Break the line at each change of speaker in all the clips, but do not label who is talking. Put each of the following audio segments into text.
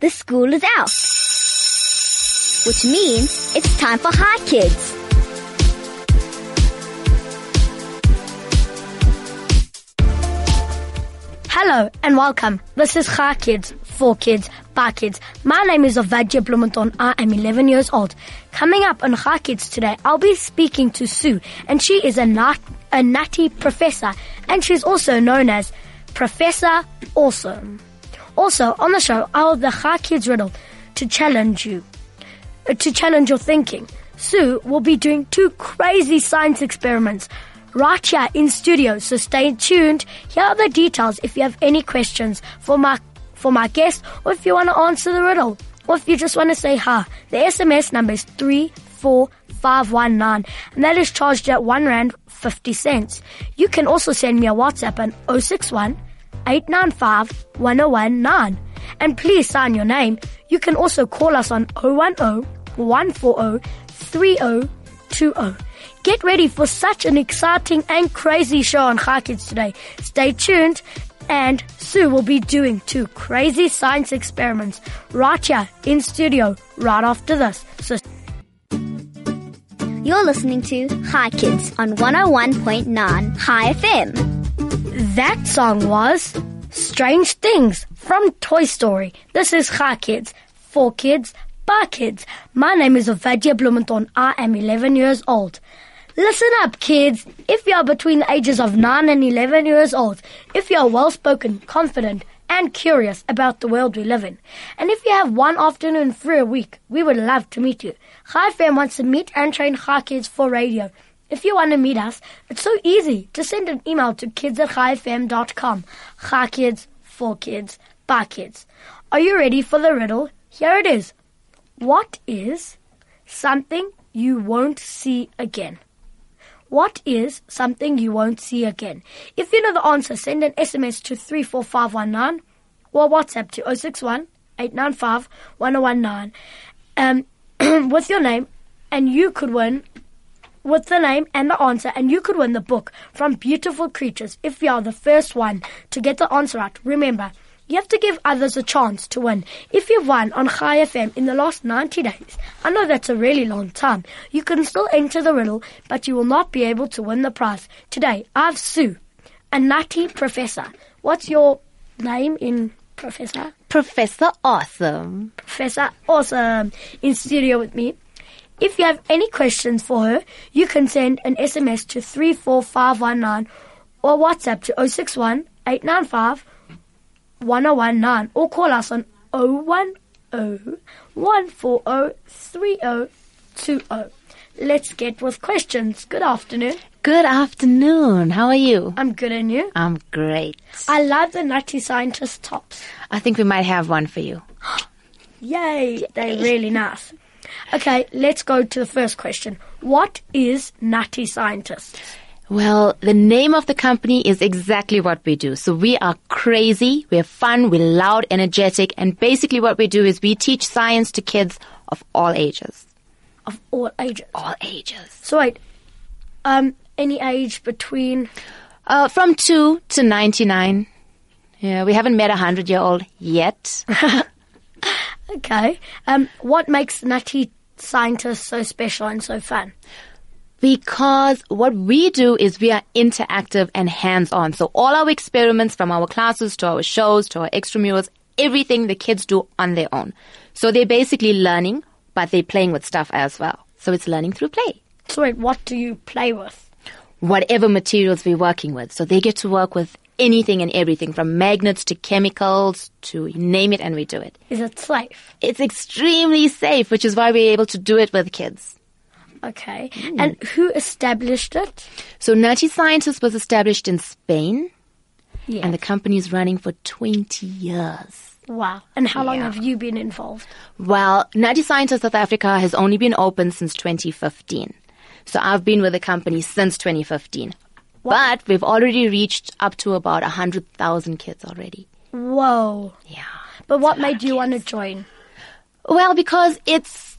the school is out. Which means it's time for Hi Kids.
Hello and welcome. This is Hi Kids, for kids, by kids. My name is Ovadia Blumenthal. I am 11 years old. Coming up on Hi Kids today, I'll be speaking to Sue, and she is a, nat- a natty professor, and she's also known as Professor Awesome. Also on the show, I'll have the Hi Kids riddle to challenge you, uh, to challenge your thinking. Sue will be doing two crazy science experiments right here in studio. So stay tuned. Here are the details if you have any questions for my for my guest, or if you want to answer the riddle, or if you just want to say ha. The SMS number is three four five one nine, and that is charged at one rand fifty cents. You can also send me a WhatsApp on 061 895 1019. And please sign your name. You can also call us on 010 140 3020. Get ready for such an exciting and crazy show on Hi Kids today. Stay tuned, and Sue will be doing two crazy science experiments right here in studio right after this. So
You're listening to Hi Kids on 101.9 Hi FM.
That song was Strange Things from Toy Story. This is Hi Kids, for kids, by kids. My name is Ovadia Blumenthal. I am 11 years old. Listen up, kids. If you are between the ages of 9 and 11 years old, if you are well spoken, confident, and curious about the world we live in, and if you have one afternoon free a week, we would love to meet you. Hi Fam wants to meet and train Hi Kids for radio. If you want to meet us, it's so easy. Just send an email to kids at highfm.com. Hi kids, for kids, by kids. Are you ready for the riddle? Here it is. What is something you won't see again? What is something you won't see again? If you know the answer, send an SMS to 34519 or WhatsApp to 061 895 1019 um, with your name, and you could win with the name and the answer, and you could win the book from Beautiful Creatures if you are the first one to get the answer right. Remember, you have to give others a chance to win. If you've won on High FM in the last 90 days, I know that's a really long time, you can still enter the riddle, but you will not be able to win the prize. Today, I've Sue, a nutty professor. What's your name in professor?
Professor Awesome.
Professor Awesome in studio with me. If you have any questions for her, you can send an SMS to 34519 or WhatsApp to 061 895 1019 or call us on 010 140 3020. Let's get with questions. Good afternoon.
Good afternoon. How are you?
I'm good and you?
I'm great.
I love the nutty scientist tops.
I think we might have one for you.
Yay! They're really nice. Okay, let's go to the first question. What is Natty Scientist?
Well, the name of the company is exactly what we do. So we are crazy, we're fun, we're loud, energetic, and basically what we do is we teach science to kids of all ages.
Of all ages.
All ages.
So wait, um, any age between
Uh, from 2 to 99. Yeah, we haven't met a 100 year old yet.
okay. Um, what makes Natty Scientist so special and so fun?
Because what we do is we are interactive and hands on. So all our experiments from our classes to our shows to our extramurals, everything the kids do on their own. So they're basically learning, but they're playing with stuff as well. So it's learning through play.
So wait, what do you play with?
Whatever materials we're working with. So they get to work with anything and everything from magnets to chemicals to you name it and we do it.
Is it safe?
It's extremely safe, which is why we're able to do it with kids.
Okay. And who established it?
So Natty Scientist was established in Spain.
Yeah.
And the company is running for 20 years.
wow. And how long have you been involved?
Well, Natty Scientist South Africa has only been open since 2015. So I've been with the company since 2015. But we've already reached up to about 100,000 kids already.
Whoa.
Yeah.
But what made you want to join?
Well, because it's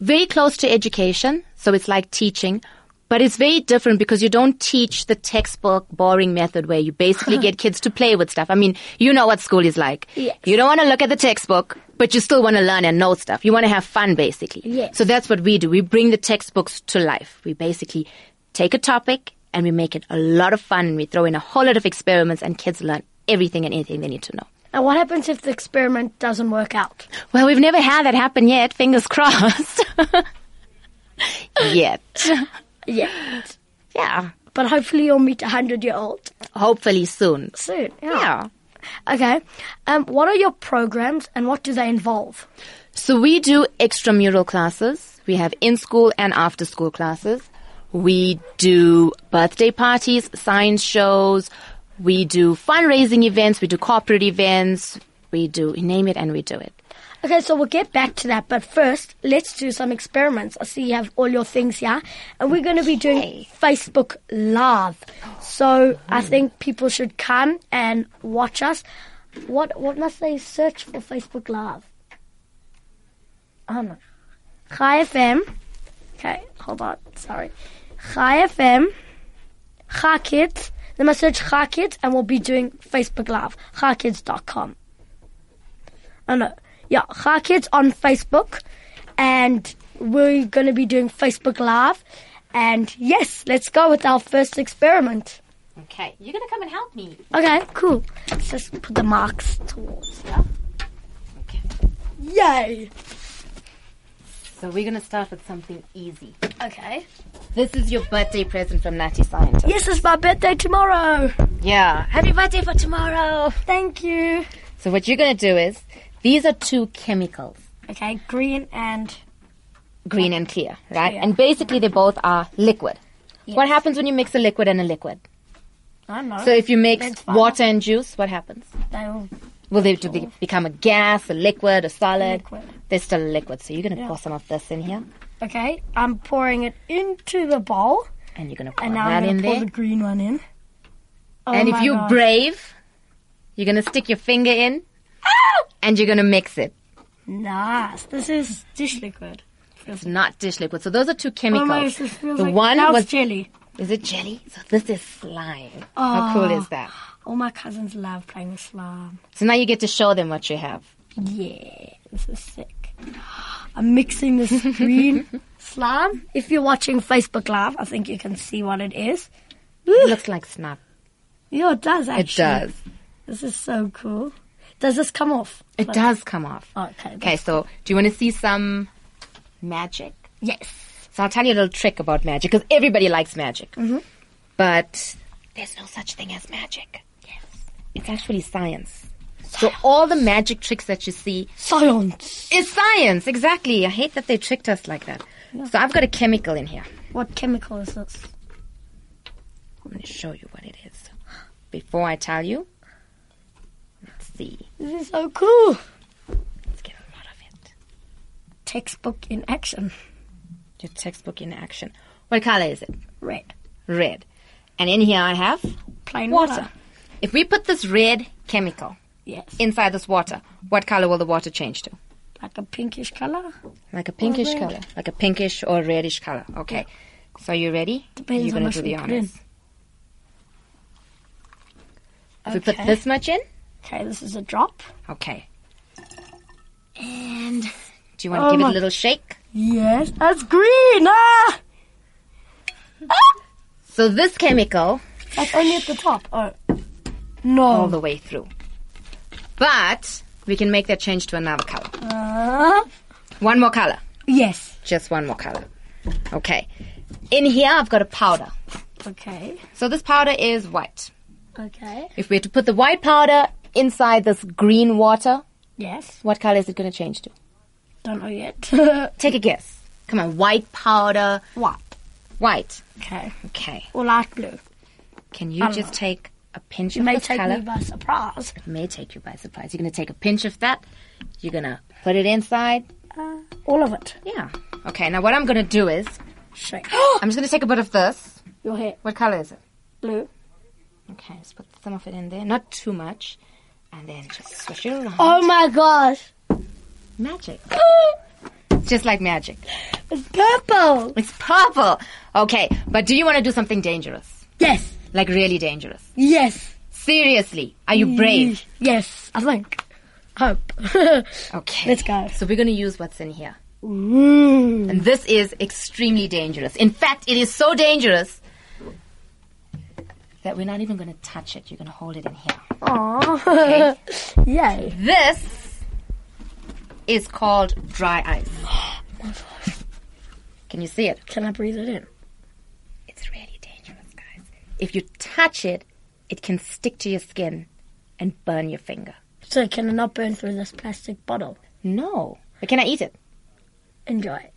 very close to education, so it's like teaching, But it's very different because you don't teach the textbook boring method where you basically get kids to play with stuff. I mean, you know what school is like.
Yes.
You don't want to look at the textbook, but you still want to learn and know stuff. You want to have fun basically.
Yes.
So that's what we do. We bring the textbooks to life. We basically take a topic and we make it a lot of fun. We throw in a whole lot of experiments and kids learn everything and anything they need to know.
And what happens if the experiment doesn't work out?
Well, we've never had that happen yet. Fingers crossed. yet.
Yeah.
Yeah.
But hopefully you'll meet a hundred year old
Hopefully soon.
soon.
Yeah.
Okay. Um, what are your programs and what do they involve?
So we do extramural classes. We have in school and after school classes. We do birthday parties, science shows. We do fundraising events. We do corporate events. We do you name it and we do it.
Okay, so we'll get back to that, but first, let's do some experiments. I see you have all your things here, and we're going to be doing Facebook Live. So I think people should come and watch us. What what must they search for Facebook Live? Um, I don't know. Hi FM. Okay, hold on. Sorry. Hi FM. Hi Kids. They must search Hi Kids, and we'll be doing Facebook Live. HiKids.com. Oh no. Yeah, Hi Kids on Facebook. And we're going to be doing Facebook Live. And yes, let's go with our first experiment.
Okay, you're gonna come and help me.
Okay, cool. Let's just put the marks towards. Yeah?
Okay.
Yay!
So we're gonna start with something easy.
Okay.
This is your birthday present from Natty Scientist.
Yes, it's my birthday tomorrow.
Yeah. Happy birthday for tomorrow.
Thank you.
So what you're gonna do is these are two chemicals.
Okay, green and
green and clear, right?
Clear.
And basically, they both are liquid. What happens when you mix a liquid and a liquid?
I don't know.
So if you
That's
mix
fine.
water and juice, what happens?
they'll
Will they to be, become a gas, a liquid, a solid?
Liquid.
They're still a liquid. So you're going to pour some of this in here,
Okay, I'm pouring it into the bowl,
and you're going to pour
and now
that
I'm
in
gonna pour
there.
the green one in. Oh
and if
my
you're
God.
brave, you're going to stick your finger in, and you're going to mix it.
nice, this is dish liquid.
It's not dish liquid. So those are two
Oh
chemicals.
my, gosh, this feels
the
like
one
now it's
was
jelly.
is it jelly? So this is slime. How cool
Oh.
is that?
All my cousins love playing with slime.
So now you get to show them what you have.
Yeah, this is sick. I'm mixing this green slime. If you're watching Facebook Live, I think you can see what it is.
It looks like snot.
Yeah, it does
It
actually.
does.
This is so cool. Does this come off? oh,
It does come off.
Okay.
Okay, so do you want to see some magic?
Yes.
So I'll tell you a little trick about magic because everybody likes magic. Mm-hmm. But there's no such thing as magic. Yes. It's actually science. So all the magic tricks that you see
Science.
is science. Exactly. I hate that they tricked us like that. So I've got a chemical in here.
What chemical is this?
I'm going to show you what it is. Before I tell you, let's see.
This is so cool.
Let's get a lot of it.
Textbook in action.
Your textbook in action. What color is it?
Red.
Red. And in here I have
Plain water.
water. If we put this red chemical
Yes.
inside this water, what color will the water change to?
like a pinkish color.
Like a pinkish
red.
color. Like a pinkish or reddish color. Okay. So you ready?
Depends
You're
how
gonna
much
do
we
the
put in.
honors. If we put
Okay.
this much in,
Okay, this is a drop.
okay. And do you want to
Oh
give it
my-
a little shake?
Yes, that's green. Ah!
So this chemical
That's only at the top. Oh.
all
No.
the way through. But we can make that change to another color.
Uh,
One more color.
yes.
Just one more color. Okay. In here I've got a powder.
Okay.
So this powder is white.
Okay.
If we were to put the white powder inside this green water,
Yes.
what color is it going to change to?
Don't know yet.
Take a guess. Come on, white powder,
what?
white.
Okay.
Okay.
Or light blue.
Can you just take a pinch
Um, It
of
may
this
take
color?
me by surprise.
It may take you by surprise. You're going to take a pinch of that. You're going to put it inside.
Uh, all of it.
Yeah. Okay. Now what I'm going to do is
Shake.
I'm just going to take a bit of this.
Your hair.
What color is it?
Blue.
Okay. Just put some of it in there, not too much, and then just swish it around.
Oh my gosh.
Magic. It's just like magic.
It's purple.
It's purple. Okay, but do you want to do something dangerous?
Yes.
Like really dangerous?
Yes.
Seriously, are you brave?
Yes. I think. Hope.
Okay.
Let's go.
So we're going to use what's in here.
Mm.
And this is extremely dangerous. In fact, it is so dangerous that we're not even going to touch it. You're going to hold it in here.
Aww. Yay.
This is called dry ice. Can you see it?
Can I breathe it in?
It's really dangerous, guys. If you touch it, it can stick to your skin and burn your finger.
So can I not burn through this plastic bottle?
No. But can I eat it?
Enjoy.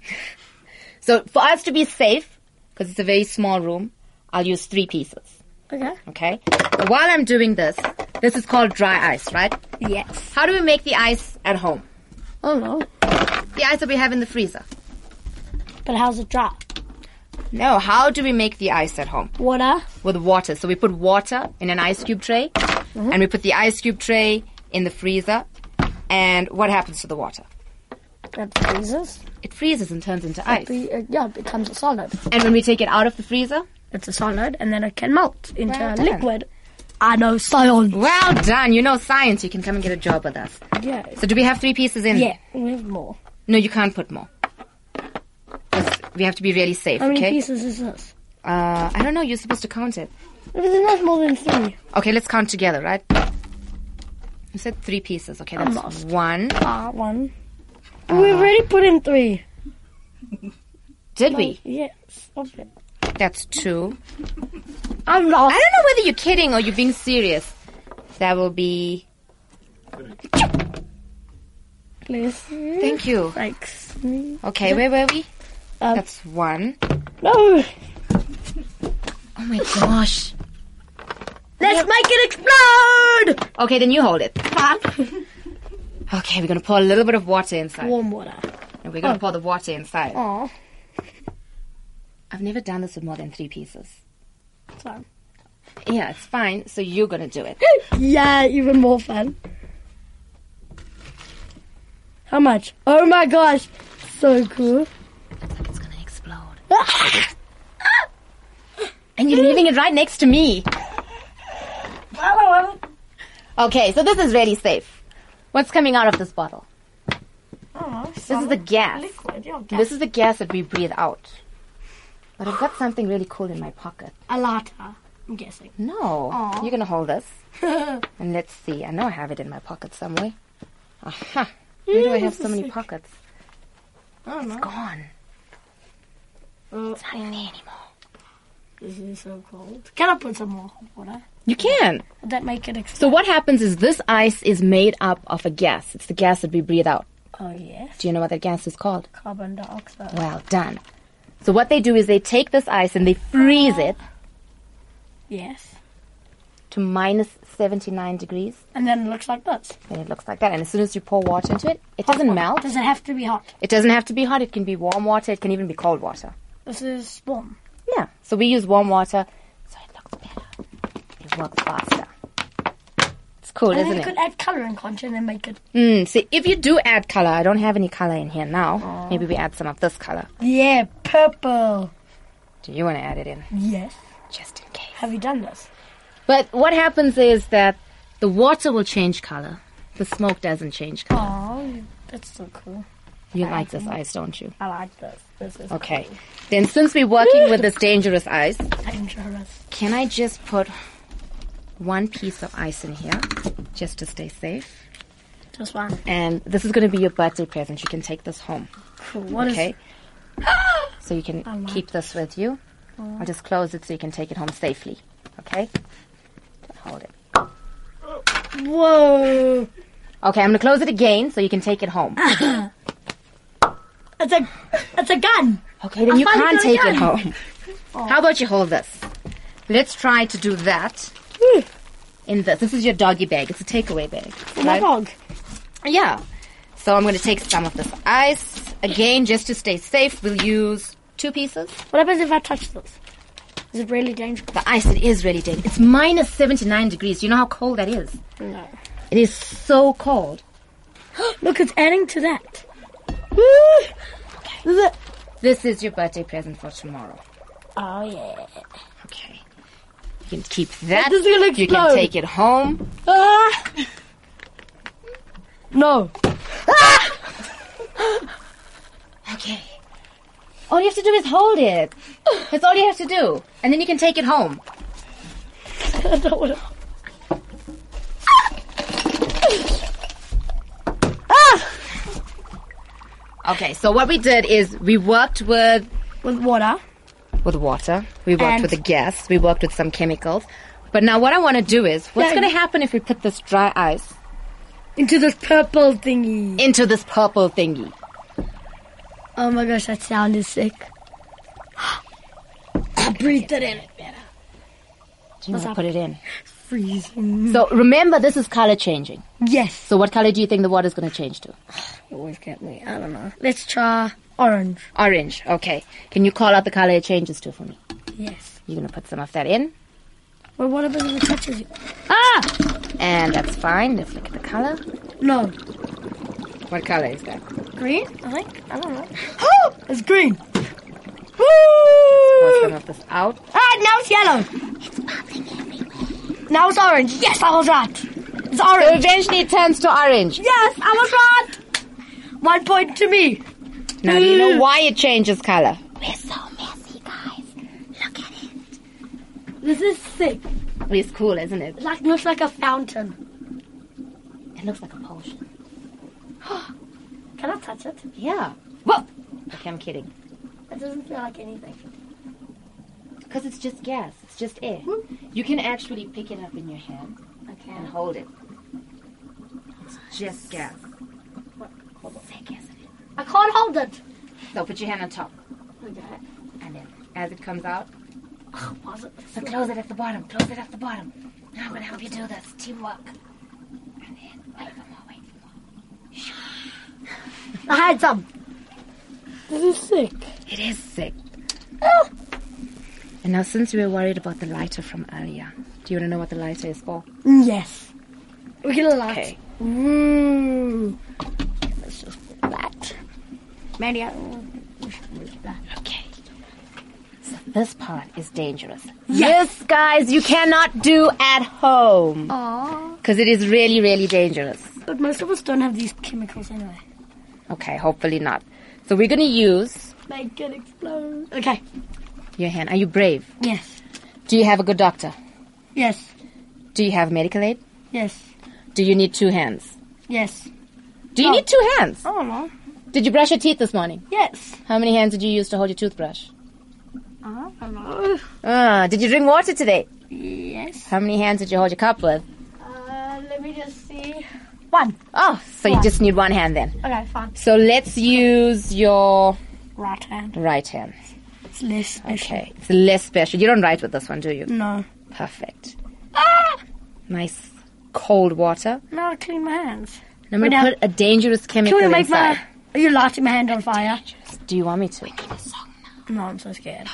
So for us to be safe, because it's a very small room, I'll use three pieces.
Okay.
Okay? So while I'm doing this, this is called dry ice, right?
Yes.
How do we make the ice at home?
Oh no.
The ice that we have in the freezer.
But how's it dry?
No, how do we make the ice at home?
Water.
with water. So we put water in an ice cube tray, and we put the ice cube tray in the freezer. And what happens to the water?
It freezes.
It freezes and turns into ice.
Be- uh, yeah, it becomes a solid.
And when we take it out of the freezer,
It's a solid, and then it can melt into
Well
a
done.
liquid. I know science.
well done. You know science. You can come and get a job with us.
Yeah.
So do we have three pieces in?
Yeah. We have more.
No, you can't put more. 'Cause We have to be really safe.
How many
okay.
pieces is this?
Uh, I don't know. You're supposed to count it.
But there's not more than three.
Okay, let's count together, right? You said three pieces. Okay, that's one.
Ah, one.
Ah.
we already put in three.
Did we?
Yes. Okay.
That's two.
I'm lost.
I don't know whether you're kidding or you're being serious. That will be.
Please.
Thank you.
Thanks.
Okay, where were we?
Um,
That's one.
No.
Oh my gosh.
Let's make it explode.
Okay, then you hold it. Okay, we're gonna pour a little bit of water inside.
Warm water.
And we're gonna pour the water inside.
Aw.
I've never done this with more than three pieces.
Fun.
Yeah, it's fine. So you're gonna do it.
Yeah, even more fun. How much? Oh my gosh. So cool.
Looks like it's gonna explode. And you're leaving it right next to me. Okay, so this is really safe. What's coming out of this bottle? This is the gas. This is the gas that we breathe out. But I've got something really cool in my pocket.
A latte, I'm guessing.
No. You're going to hold this. and let's see. I know I have it in my pocket somewhere. Aha. Where do I have so many pockets? It's gone. It's not in there anymore.
Uh, This is so cold. Can I put some more hot water?
You can.
Would that make it explode?
So what happens is this ice is made up of a gas. It's the gas that we breathe out.
Oh yes.
Do you know what that gas is called?
Carbon dioxide.
Well done. So what they do is they take this ice and they freeze it
Yes.
to minus 79 degrees.
And then it looks like this.
Then it looks like that. And as soon as you pour water into it, it doesn't melt.
Does it have to be hot?
It doesn't have to be hot. It can be warm water. It can even be cold water.
This is warm.
Yeah. So we use warm water, so it looks better. It works faster. It's cool,
And then
isn't
you
it?
could add coloring content and make it.
Mm, see, if you do add color, I don't have any color in here now. Maybe we add some of this color.
Yeah, purple.
Do you want to add it in?
Yes.
Just in case.
Have you done this?
But what happens is that the water will change color. The smoke doesn't change color.
Oh, that's so cool.
You like this ice, don't you?
I like this. This is
Okay. Then since we're working with this dangerous ice,
dangerous.
Can I just put one piece of ice in here just to stay safe?
Just one.
And this is going to be your birthday present. You can take this home,
Cool. What is Oh,
okay? So you can keep this with you. I'll just close it so you can take it home safely, okay? Hold it.
Whoa!
Okay, I'm going to close it again so you can take it home.
Ah, It's a it's a gun.
Okay, then
I
you
found
can't
it
take it
again. Oh.
home. How about you hold this? Let's try to do that in this. This is your doggy bag. It's a takeaway bag.
Oh My
right?
dog.
Yeah. So I'm going to take some of this ice. Again, just to stay safe, we'll use two pieces.
What happens if I touch this? Is it really dangerous?
The ice, it is really dangerous. It's minus 79 degrees. You know how cold that is?
No.
It is so cold.
Look, it's adding to that.
This is your birthday present for tomorrow.
Oh, yeah.
Okay. You can keep that.
this will
you
explode.
can take it home.
Ah! No.
Okay. All you have to do is hold it. That's all you have to do. And then you can take it home.
I don't want to.
Okay, so what we did is we worked with
With water.
with water. We worked
And-
with the gas. We worked with some chemicals. But now what I want to do is what's
Yeah.
going to happen if we put this dry ice
Into this purple thingy.
into this purple thingy?
Oh my gosh, that sound is sick. I breathed it in.
Do you know how to put it in?
Freezing.
So remember this is color changing.
Yes.
So what color do you think the water is going to change to?
It always get me. I don't know. Let's try orange.
Orange. Okay. Can you call out the color it changes to for me?
Yes.
You're going to put some of that in.
Well, what happens if it touches you?
Ah! And that's fine. Let's look at the color.
No.
What color is that?
Green? I think. I don't know. Oh, it's green.
Pour
Woo!
some of this out.
Ah, now it's yellow. It's popping everywhere. Now it's orange. Yes, I was right. It's orange.
Eventually it turns to orange.
Yes, I was right. One point to me.
Now do you know why it changes color?
We're so messy, guys. Look at it.
This is sick.
It's cool, isn't it?
Like looks like a fountain.
It looks like a potion.
Can I touch it?
Yeah. Whoa! Okay, I'm kidding.
It doesn't feel like anything.
Because it's just gas. It's just air. You can actually pick it up in your hand
Okay.
and hold it. It's just gas.
Sick, isn't it?
I can't hold it.
So put your hand on top. And then as it comes out,
Oh, was it?
so close it at the bottom. Close it at the bottom. I'm going to help you do this. Teamwork. And then wait for more, wait for more.
I had some. This is sick.
It is sick. And now since we were worried about the lighter from earlier, do you want to know what the lighter is for?
Yes. We're gonna laugh.
Okay.
Ooh. Let's just put that.
Maria. Okay. So this part is dangerous. Yes, guys, you cannot do at home
Aww.
because it is really, really dangerous.
But most of us don't have these chemicals anyway.
Okay, hopefully not. So we're gonna use
Make it explode. Okay.
your hand. Are you brave?
Yes.
Do you have a good doctor?
Yes.
Do you have medical aid?
Yes.
Do you need two hands?
Yes.
Do you need two hands?
Oh no.
Did you brush your teeth this morning?
Yes.
How many hands did you use to hold your toothbrush?
I don't know.
Uh, did you drink water today?
Yes.
How many hands did you hold your cup with?
Uh, let me just see. One.
Oh, so you just need one hand then.
Okay, fine.
So let's use your
Right hand.
right hand.
It's less special.
Okay. It's less special. You don't write with this one, do you?
No.
Perfect. Ah! Nice cold water.
Now I clean my hands.
And I'm
Wait,
gonna
now-
put a dangerous
Do
chemical
you want to make
inside.
my... Are you lighting my hand on fire?
Do you want me to?
No, I'm so scared.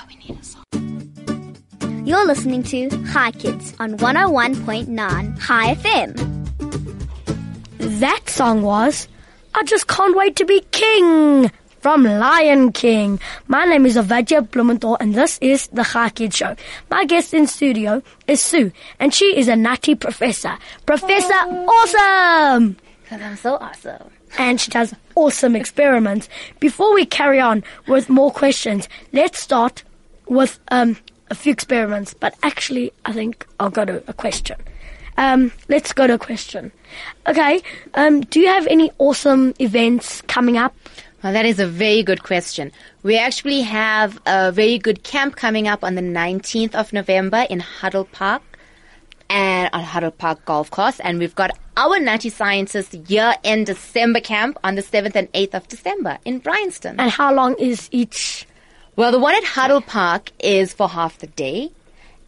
You're listening to Hi Kids on 101.9 Hi FM.
That song was I Just Can't Wait to Be King from Lion King. My name is Avadia Blumenthal and this is the Hi Kids Show. My guest in studio is Sue and she is a natty professor. Professor Awesome!
Because I'm so awesome.
and she does awesome experiments. Before we carry on with more questions, let's start with um, a few experiments. But actually, I think I'll go to a question. Um, let's go to a question. Okay, um, do you have any awesome events coming up?
Well, that is a very good question. We actually have a very good camp coming up on the 19th of November in Huddle Park and on Huddle Park Golf Course. And we've got our Natty Scientists year end December camp on the 7th and 8th of December in Bryanston.
And how long is each?
Well, the one at Huddle Park is for half the day,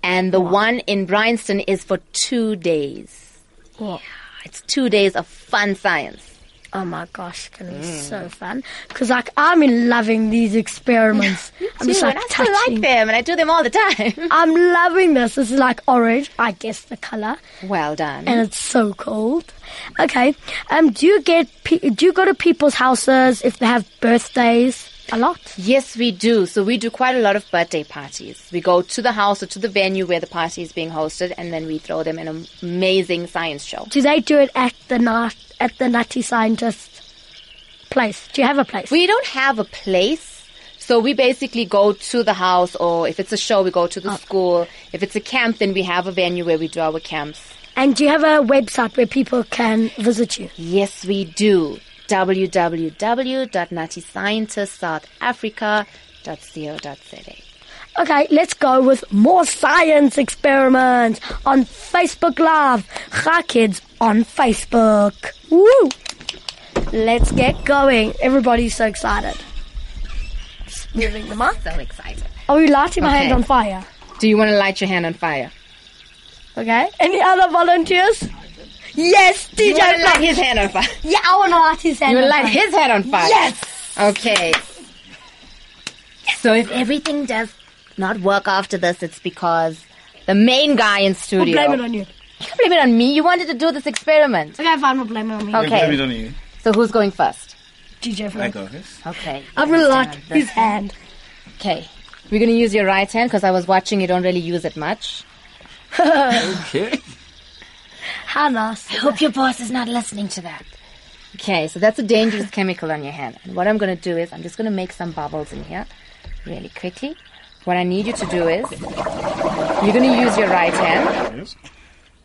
and the one in Bryanston is for two days.
Wow.
It's two days of fun science.
Oh my gosh, it's gonna be
Mm.
so fun. Because like I'm in loving these experiments. I'm just
Ooh,
like
and I still
touching.
like them, and I do them all the time.
I'm loving this. This is like orange, I guess the color.
well done.
and it's so cold. Okay, um, do you get pe- do you go to people's houses if they have birthdays? a lot.
Yes, we do. So we do quite a lot of birthday parties. We go to the house or to the venue where the party is being hosted, and then we throw them an amazing science show.
Do they do it at the nat- at the Natty Scientist place? Do you have a place?
We don't have a place. So we basically go to the house, or if it's a show, we go to
Oh.
the school. If it's a camp, then we have a venue where we do our camps.
and do you have a website where people can visit you?
Yes, we do. www.nattyscientistsouthafrica.co.za.
Okay, let's go with more science experiments on Facebook Live. Cha Kids on Facebook. Woo! Let's get going. Everybody's so excited. Just moving the mic.
So excited.
Are we lighting my
Okay.
hand on fire?
Do you want to light your hand on fire?
Okay. Any other volunteers? Yes,
You
DJ.
want to
Black.
light his hand on fire?
Yeah, I want to light his hand.
You
on
will light
fire.
his hand on fire?
Yes.
Okay. So if everything does not work after this, it's because the main guy in
We'll
studio.
blame it on you.
You can't blame it on me. You wanted to do this experiment.
Okay, fine. We'll blame it on me.
Okay.
Blame it on you.
So who's going first?
DJ.
I
Frank.
go first.
Okay.
I'm gonna light his hand.
Okay. We're going to use your right hand because I was watching you don't really use it much.
Okay.
How nice.
I hope your boss is not listening to that. Okay, so that's a dangerous chemical on your hand. And what I'm going to do is I'm just going to make some bubbles in here really quickly. What I need you to do is you're going to use your right hand
Yes.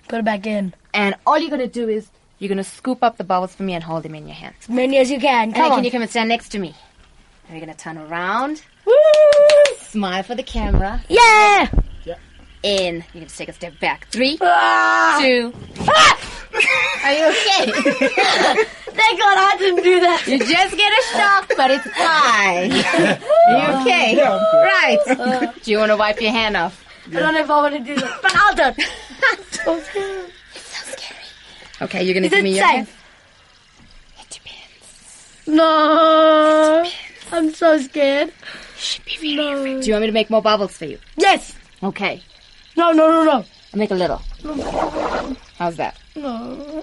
Put it back in.
and all you're going to do is you're going to scoop up the bubbles for me and hold them in your hand.
As many as you can.
And
Come on.
can you come and stand next to me? And we're going to turn around,
Woo!
smile for the camera,
Yeah!
in. You're going to take a step back. Three,
Ah!
two. Are you okay?
Thank God I didn't do that.
You just get a shock, but it's fine. you okay? Right.
Uh.
Do you want to wipe your hand off?
I don't know if I want to do that, but I'll do it.
Okay, you're gonna
Is
give me
it
your hand.
safe?
It depends.
No. I'm so scared.
Should be really no. Do you want me to make more bubbles for you?
Yes.
Okay.
No, no, no, no.
I'll make a little. How's that?
No.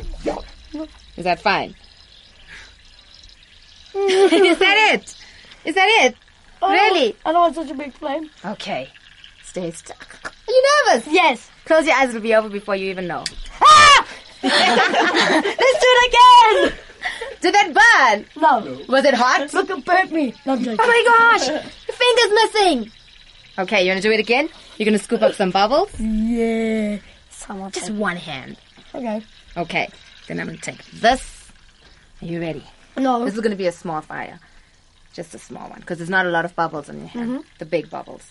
Is that fine? Is that it? Is that it?
Oh,
Really?
I don't want such a big flame.
Okay. Stay stuck. Are you nervous?
Yes.
Close your eyes, it'll be over before you even know. Ah!
Let's do it again.
Did that burn?
No.
Was it hot?
Look, it burnt me. No, I'm joking.
Oh my gosh! Your finger's missing! Okay, you wanna do it again? You're gonna scoop up some bubbles?
Yeah. Someone.
Just one hand.
Okay.
Okay, then I'm gonna take this. Are you ready?
No.
This is gonna be a small fire. Just a small one, because there's not a lot of bubbles on your hand. The big bubbles.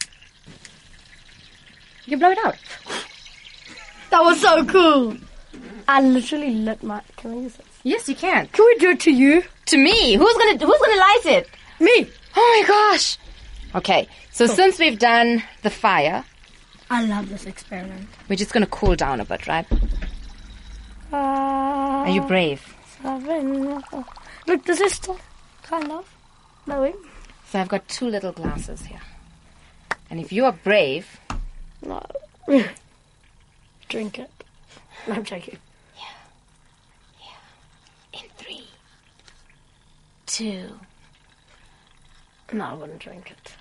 You can blow it out.
That was so cool. I literally lit my. Can I use it?
Yes, you can.
Can we do it to you?
To me! Who's gonna who's gonna light it?
Me.
Oh my gosh! Okay, so since we've done the fire,
I love this experiment.
we're just gonna cool down a bit, right?
Uh,
Are you brave?
Seven. Look, this is still kind of. No, wait.
So I've got two little glasses here. And if you are brave,
No. Drink it. No, I'm joking.
In three, two.
No, I wouldn't drink it.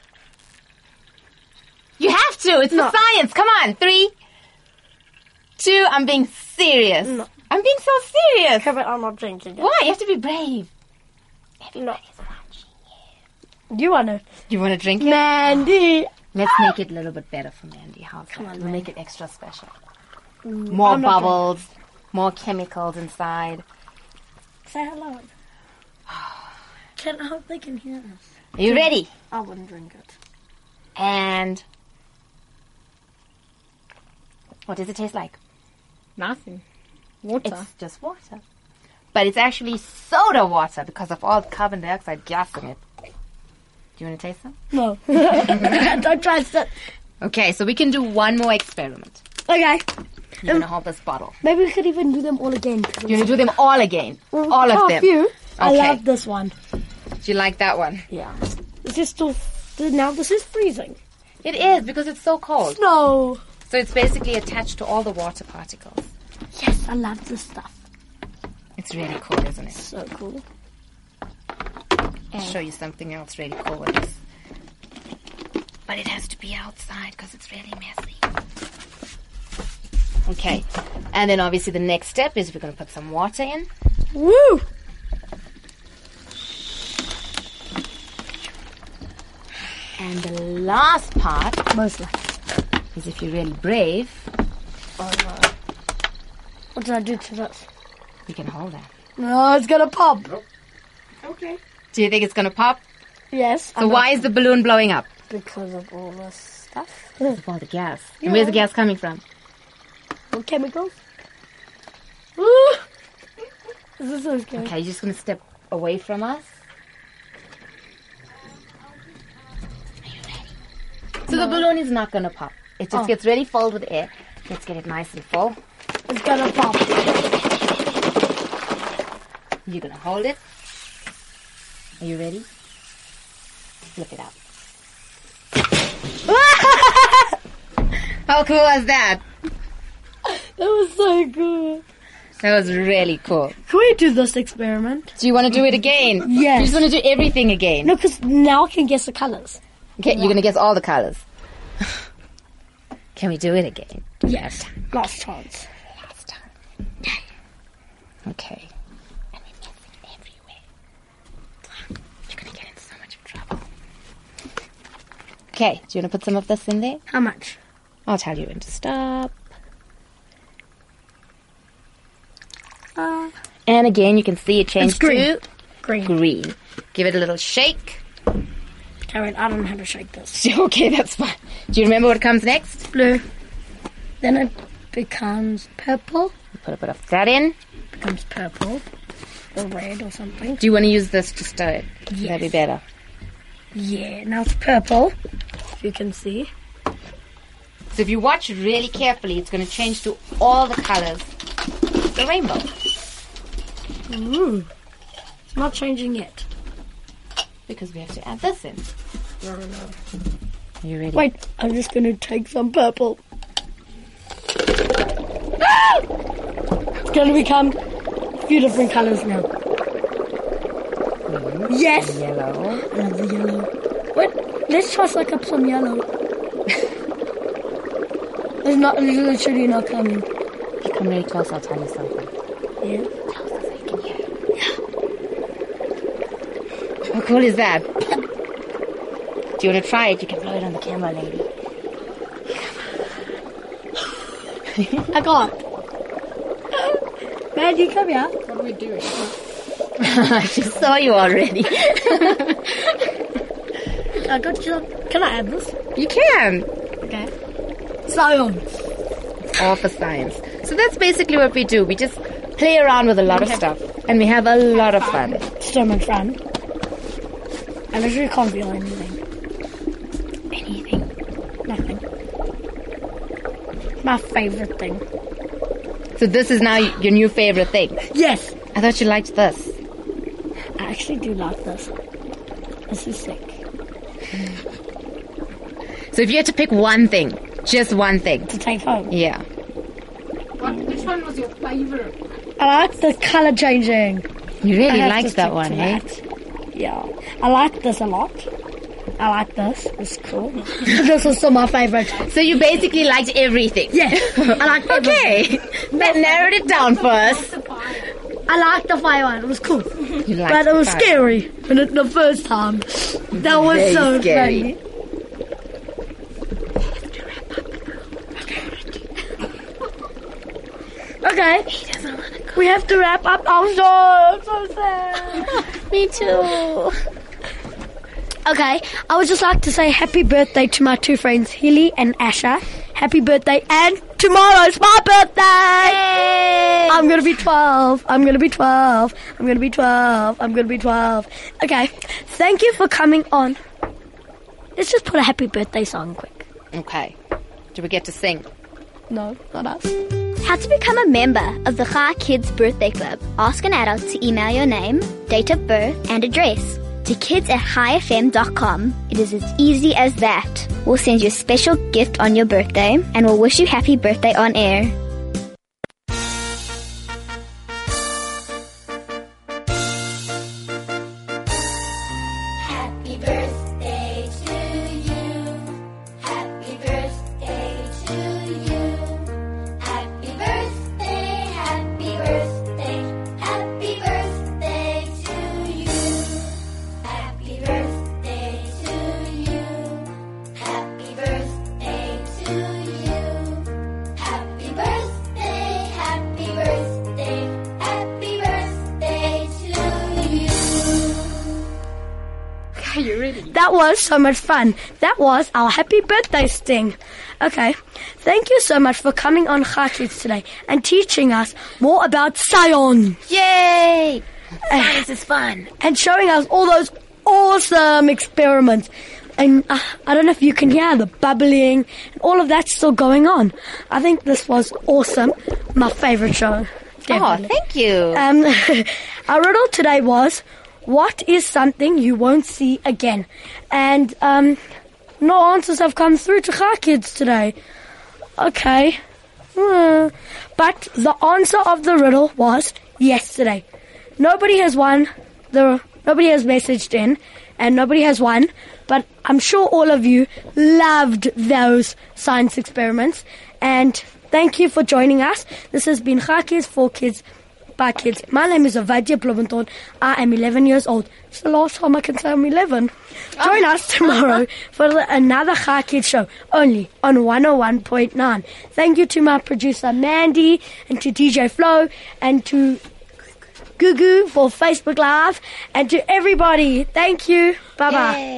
You have to. It's
No.
for science. Come on. Three, two. I'm being serious.
No.
I'm being so serious.
Okay, but I'm not drinking it.
Why? You have to be brave.
No. You want it?
You want to drink it?
Mandy!
Let's make it a little bit better for Mandy. Mm, How's Come on, we'll make it extra special. More
I'm not
bubbles, more chemicals inside.
Say hello. Can I hope they can hear us?
Are you ready?
I wouldn't drink it.
And what does it taste like?
Nothing. Water.
It's just water. But it's actually soda water because of all the carbon dioxide gas in it. Do you want to taste some?
No. Don't trust it.
Okay, so we can do one more experiment.
Okay.
You're going to hold this bottle.
Maybe we could even do them all again.
You're going to do them all again. All
Oh,
of them.
phew. I
Okay.
love this one.
Do you like that one?
Yeah. This is still. Now this is freezing.
It is because it's so cold.
No.
So it's basically attached to all the water particles.
Yes, I love this stuff.
It's really cool, isn't it?
So cool.
show you something else really cool with this. But it has to be outside because it's really messy. Okay. And then obviously the next step is we're going to put some water in.
Woo!
And the last part
Most likely.
is if you're really brave,
What did I do to this?
you can hold that.
No, it's gonna pop.
Do you think it's going to pop?
Yes.
So why is the balloon blowing up?
Because of all this stuff.
Of all the gas. And where's the gas coming from?
What chemicals? this is so scary.
Okay, you're just going to step away from us. So the balloon is not going to pop. It
Oh.
just gets really filled with air. Let's get it nice and full.
It's gonna pop.
You're going to hold it. Are you ready? Flip it up. How cool was that?
That was so good.
That was really cool.
Can we do this experiment?
Do you want to do it again?
Yes.
You just want to do everything again.
No, because now I can guess the colors.
Okay, you're gonna guess all the colors. Can we do it again?
Yes. Last chance.
Last time. Okay. And we're missing everywhere. You're gonna get into so much trouble. Okay, do you wanna put some of this in there?
How much?
I'll tell you when to stop.
Uh,
and again, you can see it changed
green.
to
Green.
green. Give it a little shake.
Karen, I don't know how to shake this.
Okay, that's fine. Do you remember what comes next?
Blue. Then it becomes purple.
Put a bit of that in.
Becomes purple. Or red or something.
Do you want to use this to stir it? That'd be
Yes.
better.
Yeah, now it's purple. If you can see.
So if you watch really carefully, it's going to change to all the colors. The rainbow.
Ooh. It's not changing yet.
Because we have to add this in. Are you ready?
Wait, I'm just gonna take some purple. Ah! It's gonna become a few different colors now. Yes!
Yellow.
I love the yellow. What? Let's try suck up some yellow. There's not there's literally not coming.
If you come really close, I'll tell you something.
Yeah.
How cool is that? Do you want to try it? You can blow it on the camera, lady.
I got. Man, you come here.
What are we doing?
she saw you already.
I got you. Can I add this?
you can.
Okay. Science.
all for science. So that's basically what we do. We just play around with a lot of stuff, and we have a lot of fun.
So much fun. I literally can't feel anything.
Anything.
Nothing. My favorite thing.
So this is now your new favorite thing.
Yes,
I thought you liked this.
I actually do like this. This is sick.
So if you had to pick one thing, just one thing,
To take home.
yeah.
What, which one was your favorite?
I like the color changing.
You really
I have
liked
to
that
stick
one,
to
eh?
that. Yeah, I like this a lot. I like this. It's cool. this is still my favorite.
So you basically liked everything.
Yeah, I like
Okay, that narrowed it down for us.
I like the fire one. It was cool,
You liked
but it was
fun.
scary. When it, the first time, that was
Very
so
scary.
funny. Okay. He doesn't want to go. We have to wrap up. I'm so, I'm so sad.
Me too.
Okay, I would just like to say happy birthday to my two friends, Hilly and Asha. Happy birthday, and tomorrow's my birthday! I'm gonna be 12. I'm gonna be 12. I'm gonna be 12. I'm gonna be 12. Okay, thank you for coming on. Let's just put a happy birthday song quick.
Okay. Do we get to sing?
No, not us.
How to become a member of the Ha Kids Birthday Club. Ask an adult to email your name, date of birth, and address to kids at highfm.com. It is as easy as that. We'll send you a special gift on your birthday and we'll wish you happy birthday on air.
Are you ready?
That was so much fun. That was our happy birthday sting. Okay. Thank you so much for coming on Kids today and teaching us more about Scion
Yay! Science is fun.
and showing us all those awesome experiments. And uh, I don't know if you can hear the bubbling and all of that's still going on. I think this was awesome. My favorite show.
Oh, thank you.
Um, our riddle today was, what is something you won't see again? And um, no answers have come through to our kids today. Okay. Hmm. But the answer of the riddle was yesterday. Nobody has won. The nobody has messaged in, and nobody has won. But I'm sure all of you loved those science experiments, and thank you for joining us. This has been Ga Kids for Kids by Kids. My name is Avadia Blumenthal. I am 11 years old. It's the last time I can say I'm 11. Join us tomorrow for the- another Ga Kids show, only on 101.9. Thank you to my producer Mandy and to DJ Flo and to Goo Goo for Facebook Live and to everybody. Thank you. Bye bye.